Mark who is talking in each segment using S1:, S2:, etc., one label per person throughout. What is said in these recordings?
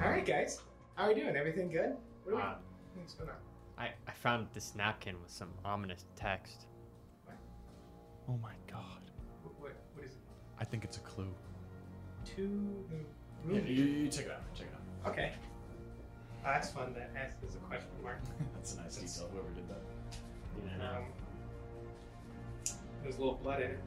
S1: right, guys. How are we doing? Everything good? What
S2: Uh,
S1: are
S3: Um,
S1: we, Hmm, what's going on?
S3: I, I found this napkin with some ominous text.
S4: Oh my god.
S1: What, what, what is it?
S4: I think it's a clue.
S1: To the
S2: Yeah,
S1: room.
S2: you, you check it out. Check it out.
S1: Okay. Oh, that's fun. That S is a question mark.
S2: That's a nice
S1: That's-
S2: detail. Whoever did that.
S1: Um, there's a little blood in it.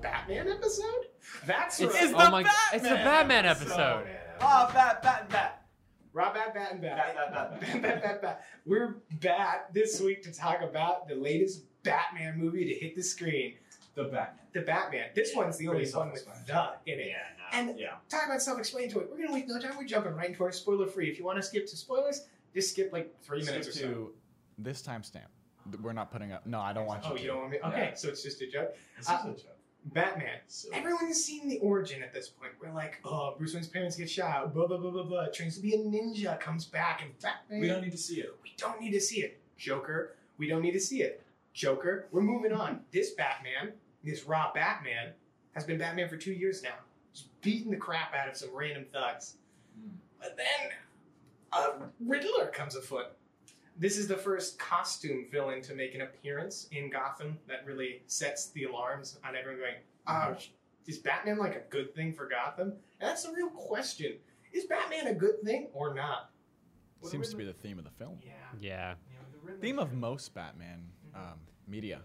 S1: Batman episode? That's
S3: It's,
S1: right.
S2: is the
S3: oh my, it's the
S2: Batman
S3: Batman episode.
S2: Ah, bat, bat, bat.
S1: Rob Bat Bat and
S2: Bat,
S1: Bat.
S2: bat, bat, bat.
S1: Bat, bat, bat, bat. We're back this week to talk about the latest Batman movie to hit the screen.
S2: The Batman.
S1: The Batman. This one's the
S2: Pretty
S1: only one with the
S2: self-explanatory.
S1: in it.
S2: no.
S1: And-
S2: yeah.
S1: Talk about self-explanatory. We're gonna waste no time. We're jumping right into our spoiler free. If you want to skip to spoilers, just skip like three minutes or
S2: Skip
S1: so.
S4: To this timestamp, Th- we're not putting up. No, I don't want you.
S1: Oh,
S4: to.
S1: you don't want me? Okay,
S2: Yeah.
S1: so it's just a joke.
S2: This
S1: Uh,
S2: is a joke.
S1: Batman.
S2: So,
S1: Everyone's seen the origin at this point. We're like, oh, Bruce Wayne's parents get shot. Blah blah blah blah blah. Trains to be a ninja comes back, and Batman.
S2: we don't need to see it.
S1: We don't need to see it. Joker, we don't need to see it. Joker, we're moving on. This Batman, this raw Batman, has been Batman for two years now. Just beating the crap out of some random thugs.
S2: Hmm.
S1: But then a Riddler comes afoot. This is the first costume villain to make an appearance in Gotham that really sets the alarms on everyone going, oh,
S4: Mm-hmm.
S1: sh- is Batman like a good thing for Gotham? And that's the real question. Is Batman a good thing or not? Well, the
S4: Seems to be
S1: Riddler-
S4: the theme of the film.
S1: Yeah.
S3: Yeah.
S1: You know, the Riddler-
S4: Theme of most Batman um, media,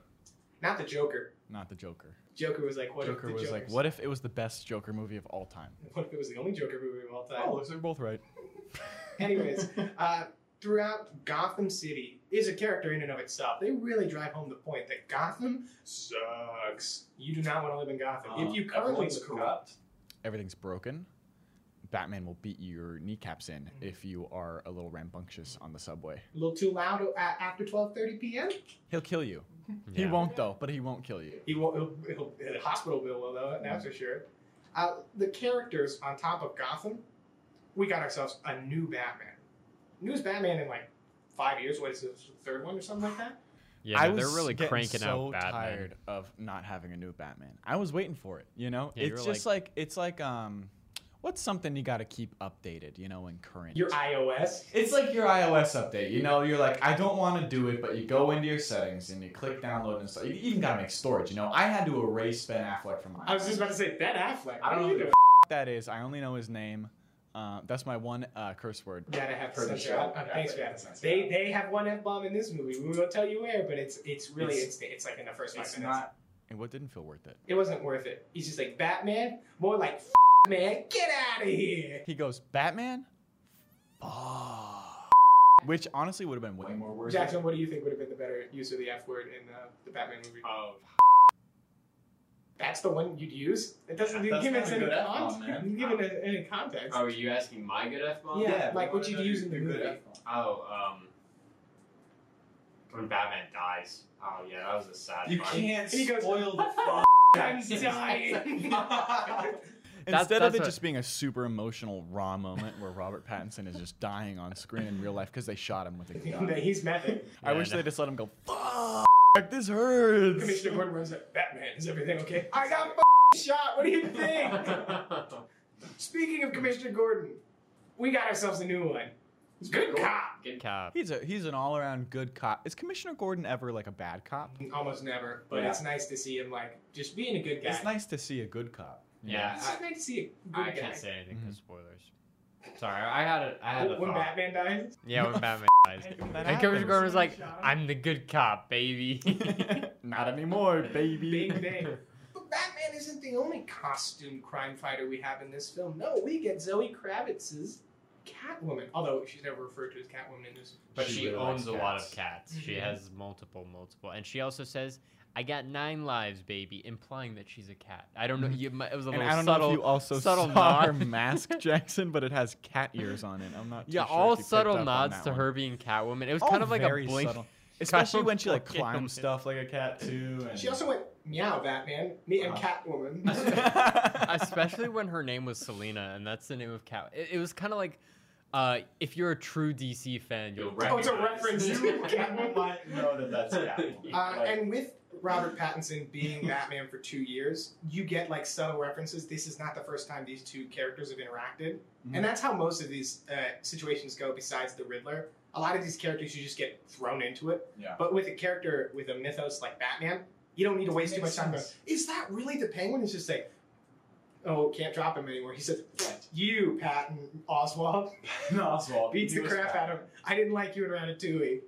S1: Not the Joker.
S4: not the Joker.
S1: Joker was like, what if
S4: Joker
S1: the
S4: was
S1: Joker's-
S4: like, what if it was the best Joker movie of all time?
S1: What if it was the only Joker movie of all time?
S4: looks like we're both right.
S1: Anyways, uh, throughout Gotham City is a character in and of itself. They really drive home the point that Gotham sucks. You do not want to live in Gotham.
S2: Uh,
S1: if you currently
S2: everyone's
S1: live in Gotham-
S2: corrupt.
S4: Everything's broken. Batman will beat your kneecaps in
S1: Mm-hmm.
S4: if you are a little rambunctious on the subway.
S1: a little too loud a- after 12:30 p.m.,
S4: He'll kill you. He
S3: yeah.
S4: won't though, but he won't kill you.
S1: He won't. He'll, he'll, the hospital bill will though. That's for sure. Uh, the characters on top of Gotham, we got ourselves a new Batman. Newest Batman in like five years. What is this, the third one or something like that?
S3: Yeah,
S4: I
S3: no,
S4: was
S3: they're really
S4: getting
S3: cranking
S4: so
S3: out Batman.
S4: tired of not having a new Batman. I was waiting for it. You know,
S3: Yeah, you
S4: it's
S3: were
S4: just like, it's like um, what's something you got to keep updated? You know, and current.
S1: Your iOS.
S4: it's like your iOS update. You know, you're like, I don't want to do it, but you go into your settings and you click download and stuff. You even gotta make storage. You know, I had to erase Ben Affleck from my.
S1: I was just about to say Ben Affleck.
S4: I
S1: What are
S4: don't know
S1: you
S4: who the
S1: doing?
S4: f- that is. I only know his name. Uh, that's my one uh, curse word.
S1: Gotta have
S2: Heard the
S1: censor out.
S2: show.
S1: Uh, Thanks,
S2: Yeah,
S1: man.
S2: that's not
S1: They
S2: bad.
S1: they have one f bomb in this movie. We won't tell you where, but it's it's really
S2: It's-
S1: it's it's, like in the first five
S2: It's
S1: minutes.
S2: not.
S4: And what didn't feel worth it?
S1: It wasn't worth it. He's just like Batman, more like f- man, get out of here.
S4: He goes, Batman. Fuck. Which honestly would have been
S2: Way
S4: way more.
S2: more words.
S1: Jackson, what do you think would have been the better use of the F word in uh, the Batman movie?
S2: Oh,
S1: That's the one you'd use. It doesn't
S2: That's
S1: give
S2: not
S1: us
S2: a
S1: any
S2: good F-bomb,
S1: context.
S2: man. Uh,
S1: You give it a- any context.
S5: Oh, are you asking my good F bomb?
S1: Yeah,
S2: we
S1: like, what
S2: wanna
S1: you'd
S2: know
S1: use
S2: your-
S1: in the
S2: your
S1: movie.
S2: good F-bomb.
S5: Oh, um, when Batman dies. Oh yeah, that was a sad.
S2: You
S5: part.
S2: can't
S1: And he goes,
S2: spoil the fuck.
S1: I'm dying.
S4: Instead
S3: That's-
S4: of
S3: that's
S4: it
S3: what-
S4: just being a super emotional raw moment where Robert Pattinson is just dying on screen in real life because they shot him with a gun.
S1: He's method.
S4: I
S3: Yeah,
S4: wish
S3: no.
S4: they just let him go. Fuck! This hurts.
S1: Commissioner Gordon runs up. Batman, is everything okay? I got f- shot. What do you think? Speaking of Commissioner Gordon, we got ourselves a new one. Good cop.
S5: Good
S3: Cop.
S4: He's a he's an all around good cop. Is Commissioner Gordon ever like a bad cop?
S1: Almost never, but
S2: Yeah.
S1: it's nice to see him like just being a good guy.
S4: It's nice to see a good cop. you know?
S5: Yeah,
S1: It's nice to see a good
S5: I
S1: guy.
S5: can't say anything
S4: Mhm.
S5: because spoilers. Sorry, I had a, I had a
S1: when
S5: thought.
S1: Batman dies,
S3: Yeah, when Batman dies.
S4: When that
S3: And Commissioner
S4: happens.
S3: Gordon was like,
S1: Shot him.
S3: I'm the good cop, baby.
S4: Not anymore, baby.
S1: Big day. But Batman isn't the only costume crime fighter we have in this film. No, we get Zoe Kravitz's Catwoman. Although she's never referred to as Catwoman in this.
S3: But
S2: She
S3: she,
S2: really
S3: owns
S2: likes
S3: a lot
S2: cats.
S3: of cats. She
S1: Mhm.
S3: has multiple, multiple, and she also says, "I got nine lives, baby," implying that she's a cat. I don't know. You, might- it was a
S4: Mm-hmm.
S3: little
S4: And I don't
S3: subtle.
S4: know if you also
S3: subtle
S4: saw her
S3: nod.
S4: mask, Jackson, but it has cat ears on it. I'm not. Too
S3: yeah,
S4: sure
S3: all
S4: if you picked up
S3: subtle
S4: on
S3: nods
S4: that
S3: to
S4: one.
S3: her being Catwoman. It was
S4: All
S3: kind of like a
S4: very
S3: blink.
S4: subtle. especially
S3: of
S4: when she like
S3: fucking woman.
S4: climbs stuff like a cat too. And...
S1: She also went meow Batman, me and
S2: Uh-huh.
S1: Catwoman.
S3: Especially when her name was Selena, and that's the name of Cat. It, it was kind of like, uh, if you're a true DC fan,
S5: You'll
S3: you'll
S1: oh, it's a
S5: recognize.
S1: reference to
S2: You
S1: Catwoman.
S2: might know that that's Catwoman.
S1: Uh,
S2: Like,
S1: and with Robert Pattinson being Batman for two years, you get like subtle references. This is not the first time these two characters have interacted,
S4: Mhm.
S1: and that's how most of these uh, situations go. Besides the Riddler, a lot of these characters you just get thrown into it.
S4: Yeah.
S1: But with a character with a mythos like Batman, you don't need to waste too much
S4: Makes
S1: time. Going,
S4: sense.
S1: is that really the Penguin? It's just like, oh, can't drop him anymore. He says, "You, Patton Oswald."
S4: No, Oswald
S1: beats
S4: he
S1: the
S4: was
S1: crap
S4: bad.
S1: out of him. I didn't like you in Ratatouille.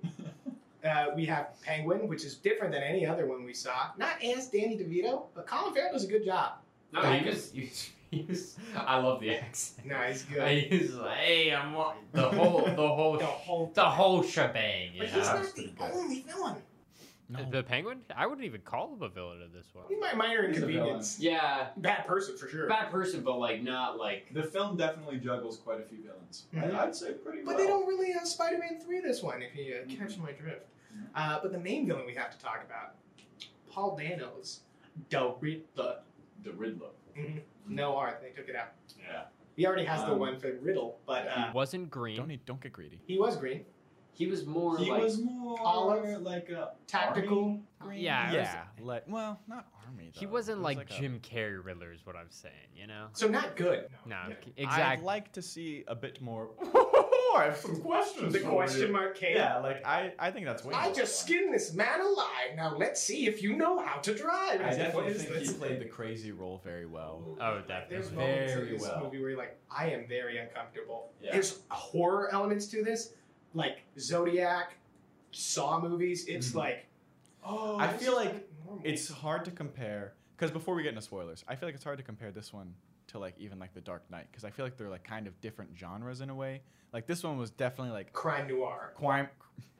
S1: uh, we have Penguin, which is different than any other one we saw. Not as Danny DeVito, but Colin Farrell does a good job.
S5: No,
S3: No,
S5: you
S3: he
S5: just
S3: was, he was, he was- I love the accent.
S1: No, he's good.
S3: He was like, hey, I'm wa- the whole, the whole,
S1: the whole,
S3: the whole shebang.
S1: but
S3: yeah.
S1: he's
S4: that
S1: not
S4: was
S1: the
S4: pretty good.
S1: only villain.
S3: The- The penguin? I wouldn't even call him a villain in this one.
S1: He's my minor
S4: He's a villain.
S1: inconvenience.
S5: yeah,
S1: Bad person for sure.
S5: bad person, but like not like
S4: The film definitely juggles quite a few villains.
S1: Mhm.
S4: I, I'd say pretty
S1: But
S4: well.
S1: they don't really have Spider-Man three this one. If you uh, catch my drift.
S4: Mhm.
S1: Uh, but the main villain we have to talk about, Paul Dano's Del Riddler.
S4: The Riddler.
S1: No art. They took it out.
S4: Yeah.
S1: He already has the
S4: Um, mm-hmm.
S1: one for Riddle, but
S3: He
S1: uh,
S3: wasn't green.
S4: Don't need, don't get greedy.
S1: he was green.
S5: he was more
S4: He
S5: like
S4: was more
S1: Olive?
S4: like a
S1: Tactical.
S4: army?
S3: Yeah, it was-
S4: yeah. Like, well, not army. Though.
S3: He wasn't
S4: It was
S3: like,
S4: a-
S3: Jim Carrey Riddler is what I'm saying, you know?
S1: So not good.
S3: No,
S1: Yeah.
S3: exactly.
S4: I'd like to see a bit more. I have some questions.
S1: The
S4: for
S1: question
S4: you.
S1: mark came.
S4: Yeah, like I, I think that's way.
S1: I
S4: more
S1: just
S4: fun.
S1: skinned this man alive. Now let's see if you know how to drive.
S4: I
S1: It's like, what
S4: definitely
S1: is
S4: think
S1: this?
S4: he played the crazy role very well.
S3: Oh,
S1: There's
S3: definitely.
S1: moments
S4: Very
S1: in this
S4: well.
S1: movie where you're like, I am very uncomfortable.
S4: Yeah.
S1: There's horror elements to this, like Zodiac, Saw movies. It's
S4: Mhm.
S1: like, oh,
S4: I
S1: this
S4: feel
S1: is
S4: like
S1: not normal.
S4: It's hard to compare because before we get into spoilers, I feel like it's hard to compare this one to like even like The Dark Knight because I feel like they're like kind of different genres in a way. Like this one was definitely like
S1: crime noir.
S4: crime.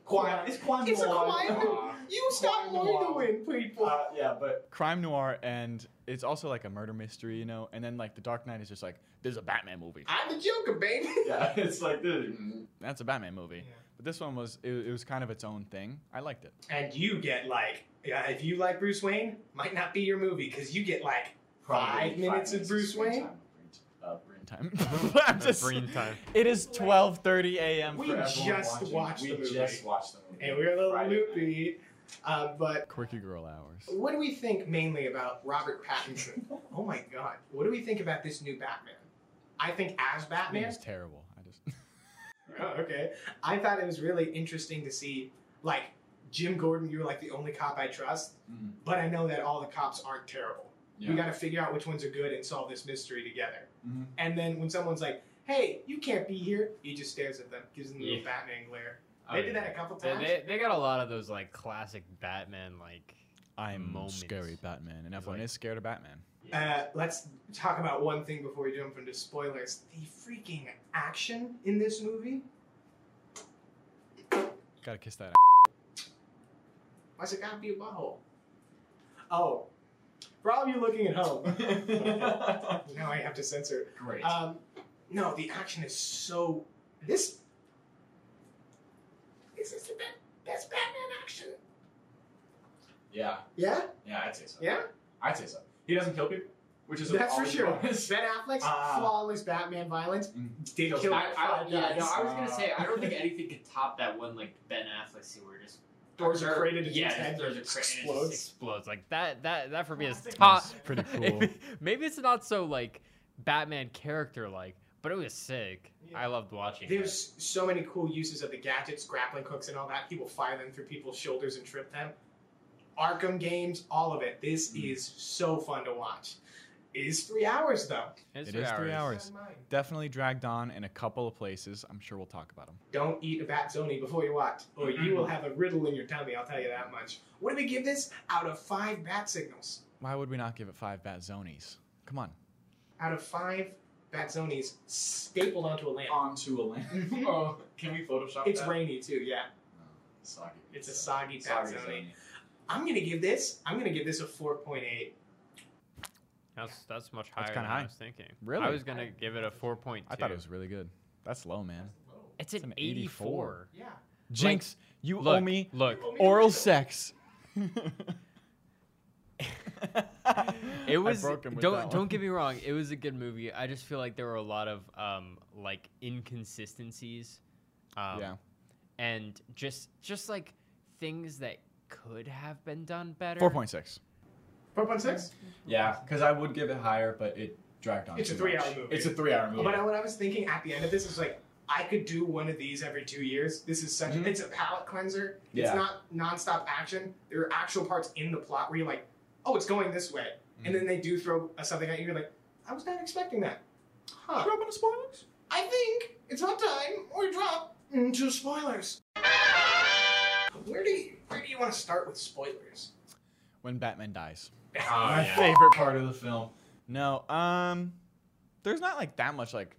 S1: Crime.
S2: It's crime
S1: It's a
S2: noir.
S1: crime noir. You stop
S2: Crime noir.
S1: loitering, people.
S2: Uh, yeah, but
S4: crime noir and it's also like a murder mystery, you know. And then like The Dark Knight is just like there's a Batman movie.
S1: I'm the Joker, baby.
S2: yeah, it's like this.
S4: That's a Batman movie.
S1: Yeah.
S4: But this one was it, it was kind of its own thing. I liked it.
S1: and you get like yeah, if you like Bruce Wayne, might not be your movie because you get like Five minutes of Bruce Wayne?
S4: Uh, brain time. I'm just,
S3: Brain time.
S4: It is 12:30 a.m.
S1: We
S4: for everyone.
S1: ju- just watched
S2: we
S1: the movie.
S2: just watched the movie.
S1: and we're a little
S2: Friday night.
S1: loopy. Uh, but
S4: quirky girl hours.
S1: what do we think mainly about Robert Pattinson? oh my God, what do we think about this new Batman? I think as
S4: It
S1: Batman,
S4: was terrible. I just
S3: Hmm.
S1: Oh, okay. I thought it was really interesting to see, like, Jim Gordon, you're like the only cop I trust,
S4: Mhm.
S1: but I know that all the cops aren't terrible.
S4: Yeah.
S1: We got to figure out which ones are good and solve this mystery together.
S4: Mhm.
S1: And then when someone's like, hey, you can't be here, he just stares at them, gives them the little
S3: Yeah.
S1: Batman glare.
S3: Oh,
S1: They did
S3: yeah.
S1: that a couple
S3: They,
S1: times.
S3: they, they got a lot of those like classic Batman like.
S4: I'm
S3: Moments.
S4: Mm, scary Batman, and
S3: He's
S4: everyone
S3: like-
S4: is scared of Batman.
S1: Uh, let's talk about one thing before we jump into spoilers. The freaking action in this movie.
S4: Gotta kiss that.
S1: Why's it gotta be a butthole? Oh, for all of you looking at home, now I have to censor.
S5: great.
S1: Um, no, the action is so. This. This is the best, best Batman action.
S2: yeah,
S1: Yeah,
S2: yeah, I'd say so.
S1: yeah.
S2: I'd say so. He doesn't kill people, which is
S1: That's for
S2: always a
S1: sure. Ben
S2: bonus.
S1: Affleck's
S2: Ah.
S1: flawless Batman violence
S2: Mm.
S1: did
S2: Kills
S1: kill
S5: I, I,
S1: five
S5: yeah,
S1: guys.
S5: no, I was gonna
S2: Uh,
S5: say I don't think anything could top that one like Ben Affleck scene where it just
S1: Doors are
S5: or-
S1: crated and
S5: yeah,
S1: his head
S5: doors are crated and it
S1: explodes.
S5: just
S3: explodes like that that that for me is
S2: Classic.
S3: top
S4: That's pretty cool.
S3: maybe it's not so like batman character like but it was sick
S1: Yeah.
S3: i loved watching it.
S1: There's so many cool uses of the gadgets, grappling hooks, and all that. He will fire them through people's shoulders and trip them. Arkham games, all of it. This
S4: Mm.
S1: is so fun to watch. It is three hours though.
S3: it's
S4: It is three hours.
S1: Never mind.
S4: Definitely dragged on in a couple of places. I'm sure we'll talk about them.
S1: Don't eat a bat zoni before you watch, or you will have a riddle in your tummy, I'll tell you that much. What do we give this? Out of five bat signals.
S4: Why would we not give it five bat zonies? Come on.
S1: Out of five bat zonies stapled onto a lamp.
S2: onto a lamp. oh, can we Photoshop
S1: It's
S2: that?
S1: rainy too, yeah.
S2: Soggy.
S1: It's a
S2: pizza.
S1: soggy bat
S2: Soggy
S1: zoni. I'm gonna give this, I'm gonna give this a 4.8.
S3: that's that's much higher
S4: kinda
S3: than
S4: high.
S3: i was thinking
S4: Really?
S3: i was gonna give it a 4.2
S4: I thought it was really good. That's low, man.
S3: it's
S4: It's
S3: an,
S4: an
S3: 84,
S4: 84.
S1: Yeah.
S4: Jinx, you
S3: look
S4: owe me
S3: look
S1: You owe me a
S4: oral
S1: riddle.
S4: sex.
S3: it was don't don't get me wrong it was a good movie i just feel like there were a lot of um like inconsistencies um
S4: Yeah.
S3: and just just like things that could have been done better.
S4: Four point six.
S1: Four point six.
S2: Yeah, because I would give it higher, but it dragged on.
S1: It's a
S2: too
S1: three-hour
S2: much.
S1: movie.
S2: It's a three-hour movie.
S1: But I- what I was thinking at the end of this is like, I could do one of these every two years. This is such
S2: Mhm.
S1: it's a palate cleanser.
S2: Yeah.
S1: It's not nonstop action. There are actual parts in the plot where you're like, oh, it's going this way, and then they do throw a- something at you. You're like, I was not expecting that. Huh?
S4: Drop on the spoilers.
S1: I think it's about time we drop into spoilers. Where do you where do you want to start with spoilers?
S4: When Batman dies.
S5: Oh,
S2: My
S4: Uh,
S5: yeah.
S2: favorite part of the film.
S4: No. Um. There's not like that much like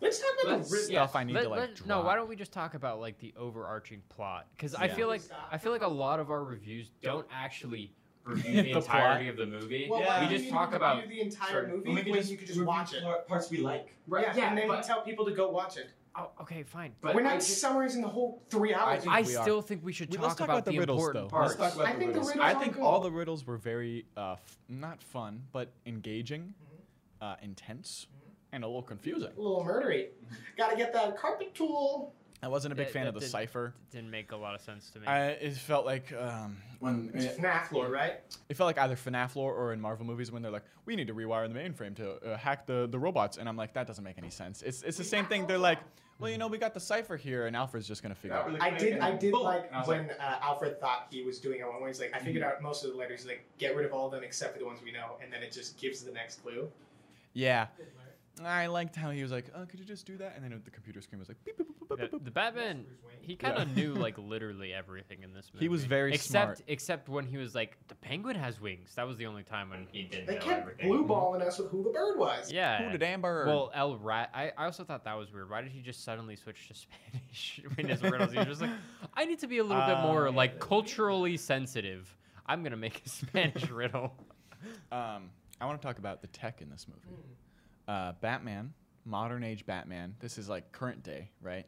S1: Let's talk about
S3: Let's-
S1: the writ-
S3: yeah,
S4: stuff I need
S3: let-
S4: to like.
S3: let-
S4: drop.
S3: No, why don't we just talk about like the overarching plot? Because I
S4: Yeah.
S3: feel like
S1: Stop.
S3: I feel like a lot lot of our reviews don't actually
S5: Review the
S4: The plot.
S5: entirety of the movie.
S1: Well,
S2: Yeah.
S1: why
S5: we
S1: do
S5: just
S1: you
S5: talk
S1: review
S5: about
S1: the entire
S5: Sorry.
S1: movie
S2: Well, we could
S1: when
S2: just
S1: you could just watch it.
S2: par- Parts we like.
S1: Yeah, and then we
S5: but,
S1: tell people to go watch it.
S3: Oh, okay, fine.
S5: but
S1: We're not
S5: I just-
S1: summarizing the whole three hours.
S4: think
S3: I
S4: we are.
S3: still think we should
S4: We-
S3: talk,
S4: let's talk about the riddles,
S3: important
S4: though.
S3: parts.
S2: Let's talk about
S1: I
S2: the
S1: think the
S2: riddles.
S1: riddles
S4: I
S1: are
S4: think
S1: good.
S4: all the riddles were very uh, f- not fun, but engaging,
S1: Mm-hmm.
S4: uh, intense, and a little confusing.
S1: a little murdery. Gotta get that carpet tool.
S4: I wasn't a big
S3: That-
S4: fan
S3: that
S4: of the
S3: didn't-
S4: cipher.
S3: Didn't make a lot of sense to me.
S4: I, it felt like um,
S2: When
S1: It's FNAF lore, right?
S4: it felt like either FNAF lore or in Marvel movies when they're like, we need to rewire the mainframe to uh, hack the, the robots, and I'm like, that doesn't make any sense. It's it's the same thing. They're like, well, you know, we got the cipher here, and Alfred's just gonna figure
S2: Not
S4: out.
S2: really
S1: I did. I did
S2: Boom.
S1: like
S2: And I was
S1: when uh, Alfred thought he was doing it one way. He's like, I figured out most of the letters. Like, get rid of all of them except for the ones we know, and then it just gives the next clue.
S4: Yeah, I liked how he was like, oh, could you just do that? And then the computer screen was like, beep, boop, boop, boop, boop,
S3: the,
S4: boop.
S3: the Batman,
S1: Bruce Wayne.
S3: he kind of
S4: Yeah.
S3: knew like literally everything in this movie.
S4: He was very
S3: except
S4: smart.
S3: except when he was like, the Penguin has wings. That was the only time when he didn't
S1: They
S3: know
S1: kept
S3: everything.
S1: blue balling us with who the bird was.
S3: Yeah.
S4: Who did Amber?
S3: Well, El Rat. I, I also thought that was weird. Why did he just suddenly switch to Spanish when his riddles? He was just like, I need to be a little bit more
S4: Uh,
S3: like culturally sensitive. I'm gonna make a Spanish riddle.
S4: Um, I want to talk about the tech in this movie.
S3: Hmm.
S4: Uh, Batman, modern age Batman. This is like current day, right?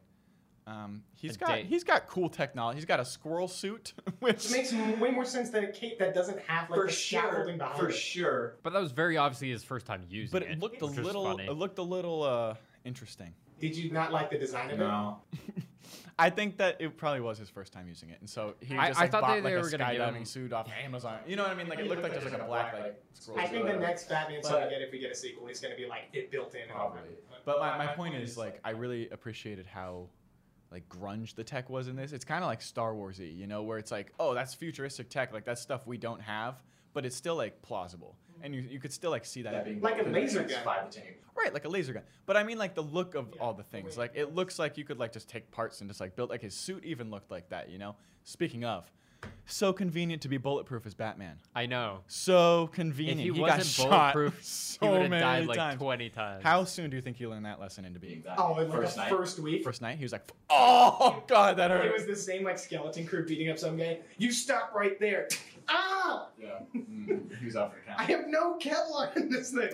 S4: Um, he's
S3: A
S4: got
S3: day.
S4: he's got cool technology. He's got a squirrel suit, which
S1: It makes way more sense than a cape that doesn't have like
S2: for
S1: the
S2: sure,
S1: scaffolding behind
S2: for
S1: it.
S2: sure.
S3: But that was very obviously his first time using
S4: but
S3: it.
S4: it looked a
S3: which was
S4: little
S3: funny.
S4: it looked a little uh, interesting.
S1: Did you not like the design of it?
S2: No,
S4: I think that it probably was his first time using it, and so he
S3: I-
S4: just
S3: I
S4: like,
S3: thought
S4: bought
S3: they- they
S4: like
S3: were
S4: a
S3: gonna give
S4: skydiving
S3: him-
S4: suit off Amazon. You know what I mean? Like it looked like just like a black like.
S2: scroll.
S1: I think the
S2: Uh,
S1: next Batman's
S4: But-
S1: gonna get if we get a sequel, he's gonna be like it built in. and all that.
S2: Probably.
S4: But my, my point is like I really appreciated how like grunge the tech was in this. It's kind of like Star Warsy, you know, where it's like, oh, that's futuristic tech, like that's stuff we don't have, but it's still like plausible, and you, you could still like see that,
S2: That being
S1: Like a
S2: built in the
S1: laser
S2: next
S1: gun.
S2: Five to ten years.
S4: right, like a laser gun. But I mean, like the look of
S1: Yeah,
S4: all the
S1: the
S4: things,
S1: way
S4: like it looks like you could like just take parts and just like build. Like his suit even looked like that, you know. Speaking of, so convenient to be bulletproof as Batman.
S3: I know.
S4: So convenient.
S3: If he,
S4: got
S3: wasn't
S4: shot
S3: bulletproof, he
S4: so
S3: would have
S4: many
S3: died like
S4: times.
S3: 20 times.
S4: How soon do you think he learned that lesson into being?
S2: Being that
S1: Oh, in like
S2: first
S1: the
S2: night.
S1: first week.
S4: first night, he was like, "Oh God, that
S1: It
S4: hurt."
S1: was the same like skeleton crew beating up some guy. You stop right there. Ah!
S2: Yeah, mm, he was out for the
S1: I
S2: count.
S1: have no Kevlar in this thing.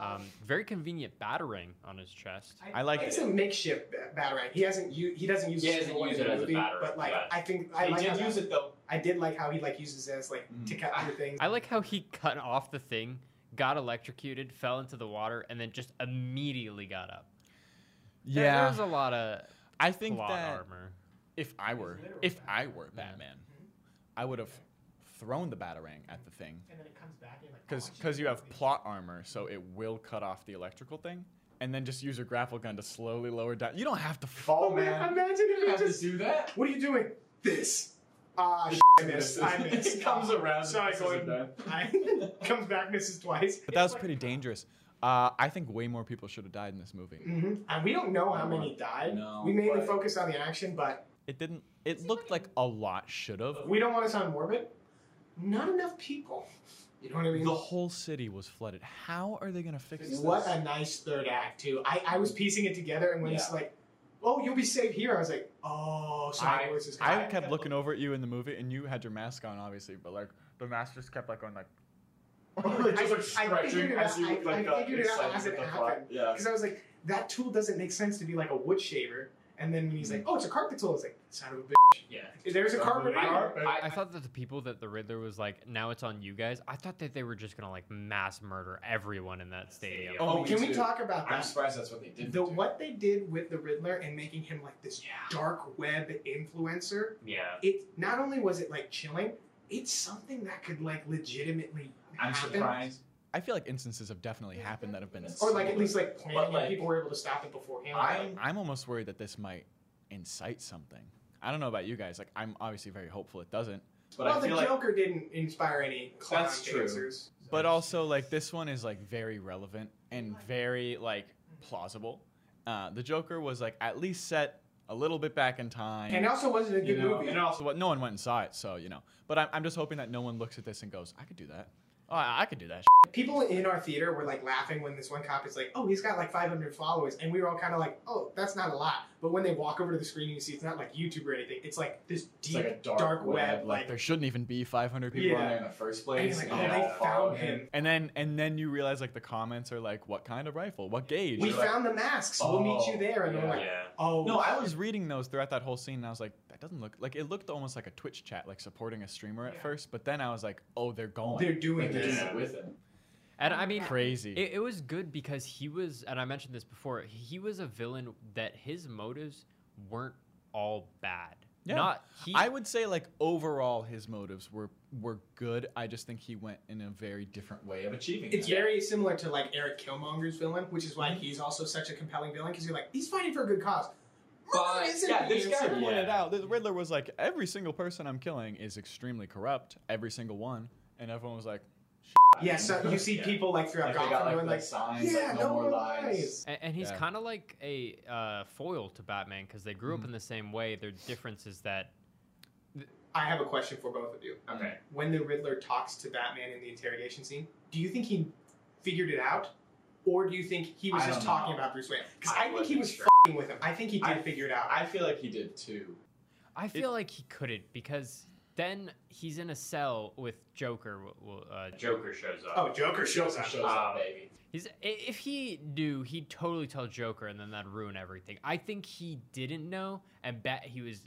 S3: Um, very convenient battering on his chest.
S4: I like
S1: it's
S4: it.
S1: a makeshift ba- batarang. He hasn't u- he doesn't use
S5: He
S1: it
S5: doesn't
S1: in
S5: use
S1: the
S5: it as a
S1: movie,
S5: batarang,
S1: but like
S5: yeah.
S1: I think I
S2: he
S1: like
S2: did
S1: how
S2: use
S1: that-
S2: it though.
S1: I did like how he like uses it as like
S2: Mhm.
S1: to cut through things.
S3: I like how he cut off the thing, got electrocuted, fell into the water, and then just immediately got up. There-
S4: yeah,
S3: There's a lot of
S4: I think
S3: plot
S4: that
S3: armor.
S4: if I were
S1: literal
S4: if
S1: Batman.
S4: I were Batman, I would have thrown the batarang at the thing
S1: and then it comes back and like "Oh,
S4: because you have plot armor, so it will cut off the electrical thing, and then just use your grapple gun to slowly lower down. You don't have to fall,
S1: Oh man,
S4: man.
S1: imagine
S2: You
S1: if
S2: have
S1: he
S2: to
S1: just
S2: do that.
S1: What are you doing? This. Ah, sh- I missed. I missed. Ah,
S2: it comes around.
S1: Sorry,
S2: this isn't
S1: Gordon.
S2: done.
S1: I- comes back, misses twice.
S4: But that was pretty dangerous. Uh, I think way more people should have died in this movie.
S1: hmm And we don't know how many died.
S2: Uh-huh. No,
S1: we mainly
S2: but-
S1: focus on the action, but
S4: It didn't. It looked like a lot should have.
S1: we don't want to sound morbid. Not enough people. You know what I mean?
S4: The whole city was flooded. How are they gonna fix this?
S1: What a nice third act too. I, I was piecing it together and when it's
S2: Yeah.
S1: like, oh, you'll be safe here. I was like, oh, Sonic
S2: I-
S1: Voice is
S4: I
S1: coming.
S4: kept looking over at you in the movie, and you had your mask on, obviously, but like the mask just kept like going like.
S1: I-
S2: just like
S1: I figured
S2: stretching
S1: it
S2: as
S1: out-
S2: you
S1: I- I
S2: like uh,
S1: figured it out
S2: excited
S1: as it
S2: at the plot.
S1: happened.
S2: Yeah.
S1: Because I was like, that tool doesn't make sense to be like a wood shaver. And then when he's
S2: Mm-hmm.
S1: like, "Oh, it's a carpet tool," it's like, "Son of a bitch."
S5: Yeah.
S1: There's a
S5: Son of
S1: carpet.
S5: a bitch.
S1: carpet.
S5: I-
S3: I thought that the people that the Riddler was like, now it's on you guys. I thought that they were just gonna like mass murder everyone in that stadium.
S5: Oh,
S1: can we talk about
S2: I'm
S1: that?
S2: surprised that's what they did.
S1: The what they did with the Riddler and making him like this
S5: Yeah.
S1: dark web influencer.
S5: Yeah.
S1: It not only was it like chilling, it's something that could like legitimately
S2: I'm
S1: happen.
S2: surprised.
S4: I feel like instances have definitely happened that have been.
S1: Or like at least like planned,
S2: But,
S1: and
S2: like,
S1: people were able to stop it beforehand.
S2: I'm
S4: I'm almost worried that this might incite something. I don't know about you guys. Like, I'm obviously very hopeful it doesn't.
S2: but
S1: well,
S2: I feel
S1: the
S2: like
S1: Joker didn't inspire any clown
S2: That's true.
S1: dancers.
S4: But also, like, this one is like very relevant and very like plausible. Uh, the Joker was like at least set a little bit back in time.
S1: And also wasn't a good
S2: You know,
S1: movie.
S2: and also
S4: So what? No one went and saw it, so you know. But I'm, I'm just hoping that no one looks at this and goes, "I could do that. Oh, I, I could do that."
S1: People in our theater were like laughing when this one cop is like, "Oh, he's got like 500 followers," and we were all kind of like, "Oh, that's not a lot." But when they walk over to the screen, you see it's not like YouTube or anything. It's like this deep,
S2: like a dark
S1: web,
S2: web,
S1: like.
S4: There shouldn't even be 500 people.
S2: people
S1: Yeah.
S2: on there in the first
S1: and you're
S2: place.
S1: like,
S2: and
S1: oh,
S2: all
S1: they
S2: follow
S1: found him.
S4: And then and then you realize like the comments are like, "What kind of rifle? What gauge?"
S1: We
S2: You're like,
S1: found the masks. we'll meet you
S2: oh,
S1: there. And they're
S2: yeah.
S1: like,
S5: Yeah.
S1: "Oh,
S4: No, I was reading those throughout that whole scene, and I was like, that doesn't look like it looked almost like a Twitch chat, like supporting a streamer at
S1: Yeah.
S4: first. But then I was like, oh, they're going
S1: they're doing
S2: Like, they're
S1: this."
S2: doing it with him.
S3: And I mean,
S4: crazy.
S3: It, it was good because he was, and I mentioned this before, he was a villain that his motives weren't all bad.
S4: Yeah.
S3: Not he.
S4: I would say like overall, his motives were were good. I just think he went in a very different way.
S2: Way of achieving
S1: It's
S2: that.
S1: very similar to like Eric Killmonger's villain, which is why
S2: Mm-hmm.
S1: he's also such a compelling villain because you're like, he's fighting for a good cause.
S2: But-
S1: Murder isn't
S2: yeah,
S1: the
S2: this guy-
S1: answer.
S4: Pointed
S5: Yeah.
S4: out, the Riddler was like, every single person I'm killing is extremely corrupt, every single one, and everyone was like,
S1: Yeah, so you see
S2: Yeah.
S1: people like throughout
S2: Like, they
S1: Gotham
S2: got like,
S1: going
S2: the
S1: like,
S2: signs,
S1: yeah,
S2: like,
S1: no
S2: more
S1: more
S2: lies.
S1: lies.
S3: a- and, he's
S4: Yeah.
S3: kind of like a uh, foil to Batman because they
S4: Mm-hmm.
S3: grew up in the same way. Their difference is that
S1: I have a question for both of you.
S5: Okay.
S1: When the Riddler talks to Batman in the interrogation scene, do you think he figured it out? Or do you think he was
S2: I
S1: just
S2: don't
S1: talking
S2: know.
S1: about Bruce Wayne? Because
S5: I
S1: I, think he
S5: wasn't
S1: was
S5: sure.
S1: fing with him. I think he did
S2: I-
S1: figure it out.
S2: I feel like he did too.
S3: I feel like he couldn't because then he's in a cell with Joker. w- w- Uh,
S5: Joker shows up.
S1: oh, Joker shows up.
S2: Shows up,
S5: Um,
S2: baby.
S3: He's, i- if he knew, he'd totally tell Joker, and then that'd ruin everything. I think he didn't know, and bat he was.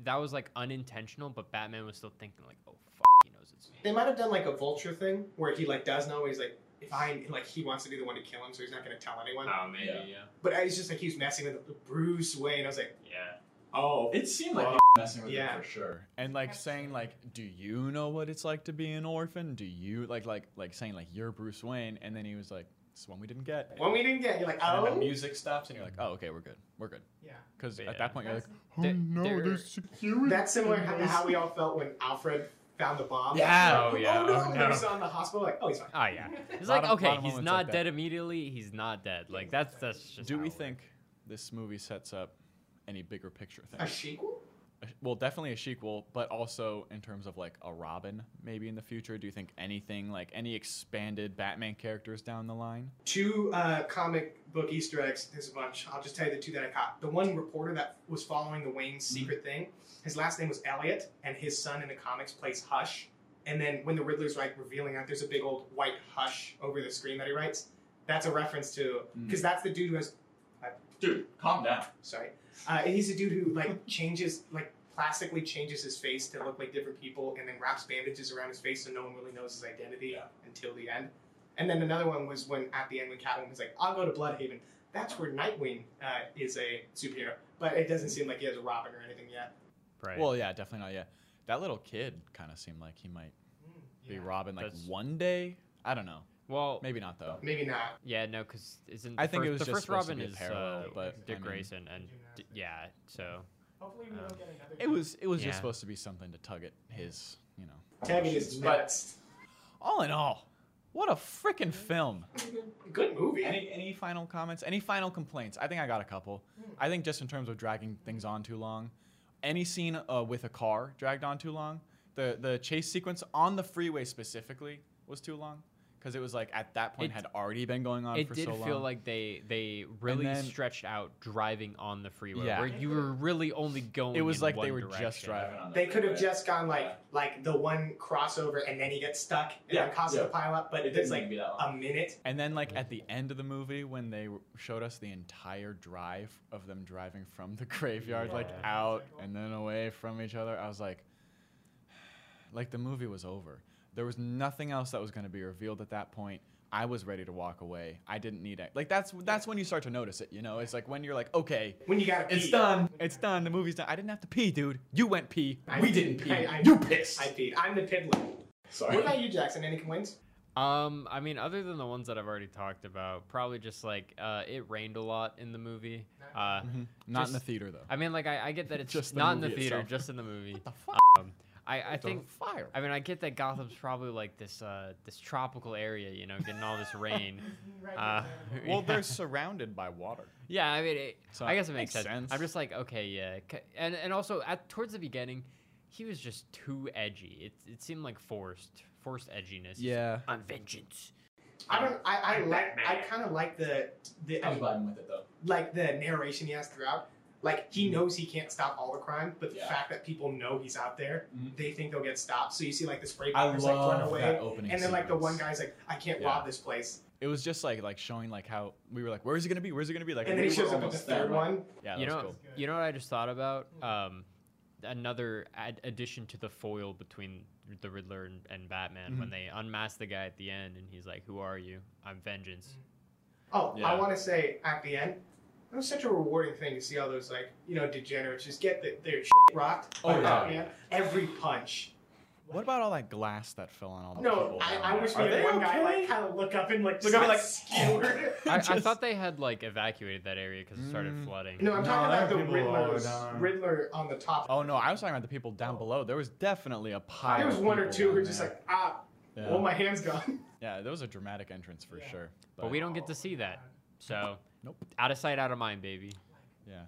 S3: That was like unintentional, but Batman was still thinking like, "Oh fuck, he knows it's me."
S1: They might have done like a vulture thing where he like does know he's like if I like he wants to be the one to kill him, so he's not gonna tell anyone.
S5: Oh, maybe.
S2: Yeah.
S5: Yeah.
S1: But I was just like he was messing with Bruce Wayne. I was like,
S5: Yeah.
S1: oh,
S2: It seemed like
S1: Well,
S2: he was messing with
S1: yeah.
S2: him for sure.
S4: and like saying like, do you know what it's like to be an orphan? Do you like like like saying like you're Bruce Wayne? And then he was like, it's one we didn't get.
S1: one we didn't get. You're like,
S4: And then the
S1: oh,
S4: music stops, and you're like, "Oh, okay, we're good, we're good."
S1: yeah.
S4: Because
S3: Yeah.
S4: at that point, you're like, "Oh
S3: There-
S4: no,
S3: there-
S4: there's security."
S1: That's similar
S4: cameras."
S1: to how we all felt when Alfred found the bomb.
S4: Yeah.
S1: Like,
S3: Oh, yeah.
S1: Oh no,
S3: Oh,
S1: and
S3: no.
S1: he saw in the hospital. Like, oh, he's fine.
S3: Ah, yeah. It's like,
S4: Lot of- lot
S3: okay,
S4: of
S3: he's
S4: moments
S3: not
S4: like that.
S3: dead immediately. He's not dead. Like that's that's just.
S4: Do
S3: how
S4: we
S3: it works.
S4: think this movie sets up any bigger picture
S1: A
S4: thing?
S1: sequel?
S4: well, definitely a sequel, but also in terms of like a Robin, maybe in the future. Do you think anything like any expanded Batman characters down the line?
S1: Two uh, comic book Easter eggs. There's a bunch. I'll just tell you the two that I caught. The one reporter that was following the Wayne's secret thing. His last name was Elliot, and his son in the comics plays Hush. And then when the Riddler's like revealing that, there's a big old white hush over the screen that he writes. That's a reference to because that's the dude who has
S2: Dude, calm down.
S1: sorry. Uh, and he's a dude who like changes, like plastically changes his face to look like different people, and then wraps bandages around his face so no one really knows his identity
S2: Yeah.
S1: until the end. And then another one was when at the end when Catwoman was like, "I'll go to Bloodhaven." That's where Nightwing uh, is a superhero, but it doesn't seem like he has a Robin or anything yet.
S3: Right.
S4: Well, yeah, definitely not yet. That little kid kind of seemed like he might
S1: Hmm,
S4: be Robin like
S3: That's-
S4: one day. I don't know.
S3: well,
S4: Maybe not though.
S1: Maybe not.
S3: yeah, no, because isn't. The
S4: I think
S3: first,
S4: it was
S3: the first
S4: just supposed to
S3: Robin
S4: be a
S3: is
S4: parallel,
S3: uh,
S4: but,
S3: Dick
S4: I mean-
S3: Grayson, and d- yeah, so
S1: Hopefully,
S3: we don't Um,
S1: get another.
S4: It was it was
S3: Yeah.
S4: just supposed to be something to tug at his, you know.
S1: Tabby is
S2: But-
S1: nuts.
S4: All in all, what a freaking film.
S1: Good movie.
S4: Any any final comments? Any final complaints? I think I got a couple. I think just in terms of dragging things on too long, any scene uh, with a car dragged on too long. The the chase sequence on the freeway specifically was too long because it was like at that point
S3: It-
S4: had already been going on
S3: it
S4: for
S3: did
S4: so long.
S3: feel like they they really
S4: then-
S3: stretched out driving on the freeway
S4: Yeah.
S3: where you were really only going
S4: it was
S3: in
S4: like
S3: one
S4: they were just
S3: direction.
S4: driving.
S2: on the
S1: They could have
S2: freeway.
S1: just gone like
S2: Yeah.
S1: like the one crossover and then he gets stuck and
S2: Yeah,
S1: then causes
S2: yeah.
S1: a pileup, but it's
S2: It didn't
S1: like
S2: be that long.
S1: a minute.
S4: And then, like at the end of the movie, when they w- showed us the entire drive of them driving from the graveyard, like
S3: Yeah.
S4: out and then away from each other, I was like, like the movie was over. There was nothing else that was going to be revealed at that point. I was ready to walk away. I didn't need it. Like that's that's when you start to notice it. You know, it's like when you're like, okay,
S1: When you gotta
S4: it's
S1: pee.
S4: done, it's done. The movie's done. I didn't have to pee, dude. You went pee.
S1: I-
S4: we didn't pee.
S1: I- I-
S4: you pissed.
S1: I peed. I'm the piddler.
S2: Sorry.
S1: What about you, Jackson? Any complaints?
S3: Um, I mean, other than the ones that I've already talked about, probably just like uh, it rained a lot in the movie. Uh,
S4: Mhm. Not in the
S3: Just-
S4: theater though.
S3: I mean, like I, I get that it's
S4: Just the
S3: not in the
S4: movie
S3: theater,
S4: itself.
S3: just in the movie.
S4: the fuck?
S3: Um, I, I think
S4: fire.
S3: I mean, I get that Gotham's probably like this uh, this tropical area, you know, getting all this rain. Uh,
S4: Well,
S3: yeah.
S4: they're surrounded by water.
S3: yeah, I mean, it,
S4: So
S3: I guess it
S4: it
S3: makes,
S4: makes
S3: sense.
S4: sense.
S3: I'm just like, okay, yeah, c- and and also at towards the beginning, he was just too edgy. It it seemed like forced, forced edginess. He's like,
S4: Yeah.
S3: I'm vengeance.
S1: I don't. I, I
S5: I'm
S1: like. I
S5: Batman.
S1: kind of like the the
S2: I was vibing with it though.
S1: like the narration he has throughout. Like
S4: Mm-hmm.
S1: he knows he can't stop all the crime, but the
S2: Yeah.
S1: fact that people know he's out there,
S2: Mhm.
S1: they think they'll get stopped. So you see like the spray
S4: Mm-hmm. I
S1: painters like run
S4: love
S1: away,
S4: that opening.
S1: and then like the one
S4: sequence.
S1: guy's like, "I can't
S4: Yeah.
S1: rob this place,"
S4: It was just like like showing like how we were like, where is he gonna be? Where's he gonna be? Like,
S1: and then he
S4: we were
S1: shows up at the
S2: almost
S1: third
S2: there, like-
S1: one.
S4: all- yeah, that
S3: you
S4: was
S3: know,
S4: cool.
S3: you know what I just thought about? Um, another ad- addition to the foil between the Riddler and, and Batman
S4: Mm-hmm.
S3: when they unmask the guy at the end, and he's like, "Who are you? I'm vengeance."
S1: Oh, I
S4: Yeah.
S1: want to say at the end, it was such a rewarding thing to see all those like you know degenerates just get the, their shit rocked. by
S4: Oh, yeah.
S1: Batman. every punch.
S4: What about all that glass that fell on all the
S1: No,
S4: people?
S1: I,
S4: down
S1: I
S4: there?
S1: wish we
S4: Are
S1: had
S4: they
S1: one guy
S4: okay?
S1: like kind of look up and like just
S4: Look up
S1: like
S4: and,
S1: skewer.
S3: I, I
S4: Just-
S3: thought they had like evacuated that area because it started
S4: Mm.
S3: flooding.
S1: No, I'm
S4: No,
S1: talking
S4: there
S1: about
S4: were
S1: the
S4: people all over
S1: Riddler's,
S4: down.
S1: Riddler on the top.
S4: Oh no, I was talking about the people down below. There was definitely a pile.
S1: there was
S4: of
S1: one or
S4: people
S1: two who
S4: down
S1: were just
S4: there.
S1: like, ah,
S4: yeah.
S1: well, my hand's gone.
S4: yeah, there was a dramatic entrance for
S1: Yeah.
S4: sure.
S3: But we don't get to see that. So,
S4: Nope.
S3: Out of sight, out of mind, baby.
S4: Yeah.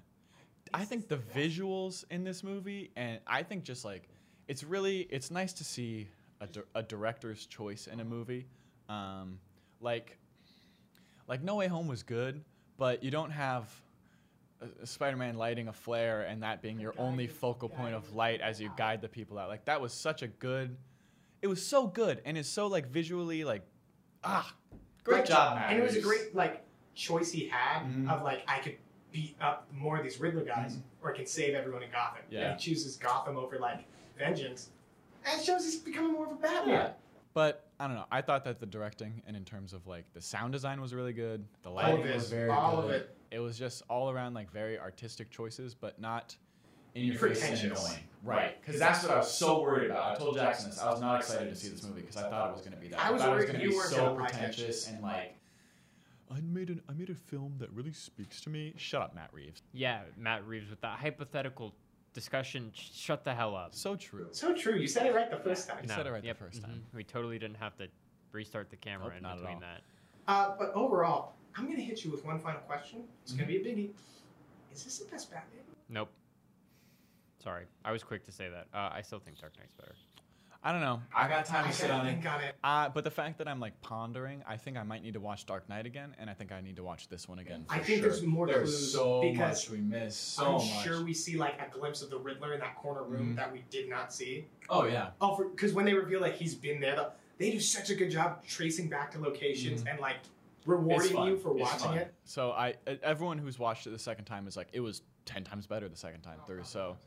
S4: I think the visuals in this movie, and I think just like, it's really, it's nice to see a, di- a director's choice in a movie. Um, like, like No Way Home was good, but you don't have uh, Spider-Man lighting a flare and that being your only focal point of light as you guide the people out. Like that was such a good, it was so good and it's so like visually like, ah,
S1: Like,
S4: great job, Matt.
S1: And it was a
S2: Matters.
S1: great like choice he had
S2: Mm-hmm.
S4: Mhm.
S1: of like I could beat up more of these Riddler guys, or I can save everyone in Gotham.
S4: Yeah.
S1: And he chooses Gotham over like vengeance, and it shows he's becoming more of a Batman.
S2: Yeah.
S4: But I don't know. I thought that the directing and in terms of like the sound design was really good. The
S1: All
S4: lighting
S1: of
S4: was
S1: it,
S4: very
S1: all
S4: good.
S1: of it.
S4: It was just all around like very artistic choices, but not in
S2: In
S4: your face and
S1: Pretentious.
S4: annoying.
S2: Right. Because that's what I was so worried about. I told Jackson this. I was not excited to see this movie because I thought it was going to be that.
S1: I was
S2: thought it was
S1: worried
S2: gonna
S1: you
S2: be
S1: weren't
S2: so
S1: gonna like it.
S2: pretentious and like.
S4: I made an I made a film that really speaks to me. Shut up, Matt Reeves.
S3: Yeah, Matt Reeves with that hypothetical discussion. Sh- shut the hell up.
S4: So true.
S1: So true. You said it right the first time.
S4: You said it right the first time.
S3: mhm. We totally didn't have to restart the camera
S4: Nope,
S3: in
S4: not at
S3: between
S4: all.
S3: that.
S1: Uh, but overall, I'm gonna hit you with one final question. It's gonna
S2: Mm-hmm.
S1: be a biggie. Is this the best Batman?
S3: Nope. Sorry, I was quick to say that. Uh, I still think Dark Knight's better.
S4: I don't know.
S2: I got time
S1: I
S2: to sit on it.
S1: got it.
S4: Uh, but the fact that I'm like pondering, I think I might need to watch Dark Knight again, and I think I need to watch this one again. For
S1: I think
S4: sure.
S1: there's more
S2: There's
S1: clues
S2: so
S1: because
S2: much we miss. So
S1: I'm
S2: much. Mm-hmm.
S1: sure we see like a glimpse of the Riddler in that corner room
S4: Mhm.
S1: that we did not see.
S2: oh yeah.
S1: Oh, because when they reveal that he's been there, the, they do such a good job tracing back to locations and like
S2: Mm-hmm. It's
S1: rewarding
S2: fun.
S1: you for
S2: It's
S1: watching
S2: fun.
S1: it.
S4: So I e- everyone who's watched it the second time is like it was ten times better the second time through. So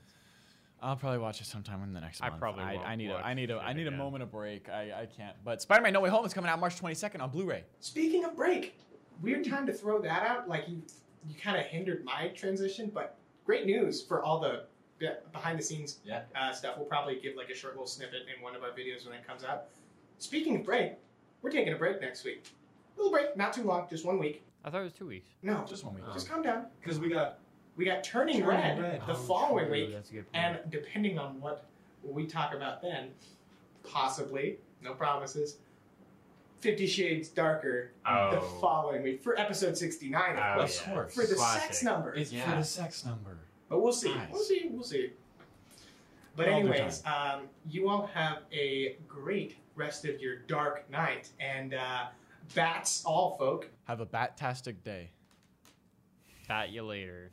S4: I'll probably watch it sometime in the next
S3: I
S4: month.
S3: probably
S4: I,
S3: won't
S4: I need a
S3: watch
S4: I need a
S3: it
S4: I need a
S3: again.
S4: moment of break. I, I can't. But Spider-Man: No Way Home is coming out March 22nd on Blu-ray.
S1: Speaking of break, weird time to throw that out. Like you, you kind of hindered my transition, but great news for all the be- behind the scenes
S2: Yeah.
S1: uh, stuff. We'll probably give like a short little snippet in one of our videos when it comes out. Speaking of break, we're taking a break next week. little break, not too long, just one week.
S3: I thought it was two weeks.
S1: No,
S4: Just one week.
S2: Oh.
S1: just calm down.
S2: Because we got.
S1: We got Turning,
S2: Turning
S1: red,
S2: Red.
S1: the following
S3: true,
S1: week,
S3: That's a good point.
S1: and depending on what we talk about then, possibly, no promises, Fifty Shades Darker
S5: Oh,
S1: the following week for episode 69, of
S5: Oh,
S1: course,
S5: yeah.
S4: course.
S1: for the
S5: Classic.
S1: sex number.
S4: It's
S2: Yeah.
S4: for the sex number.
S1: but we'll see.
S4: Nice.
S1: We'll see. We'll see. But
S4: All the
S1: anyways, um, you all have a great rest of your dark night, and uh, bats all, folk.
S4: Have a bat-tastic day.
S3: Bat you later.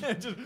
S4: Just-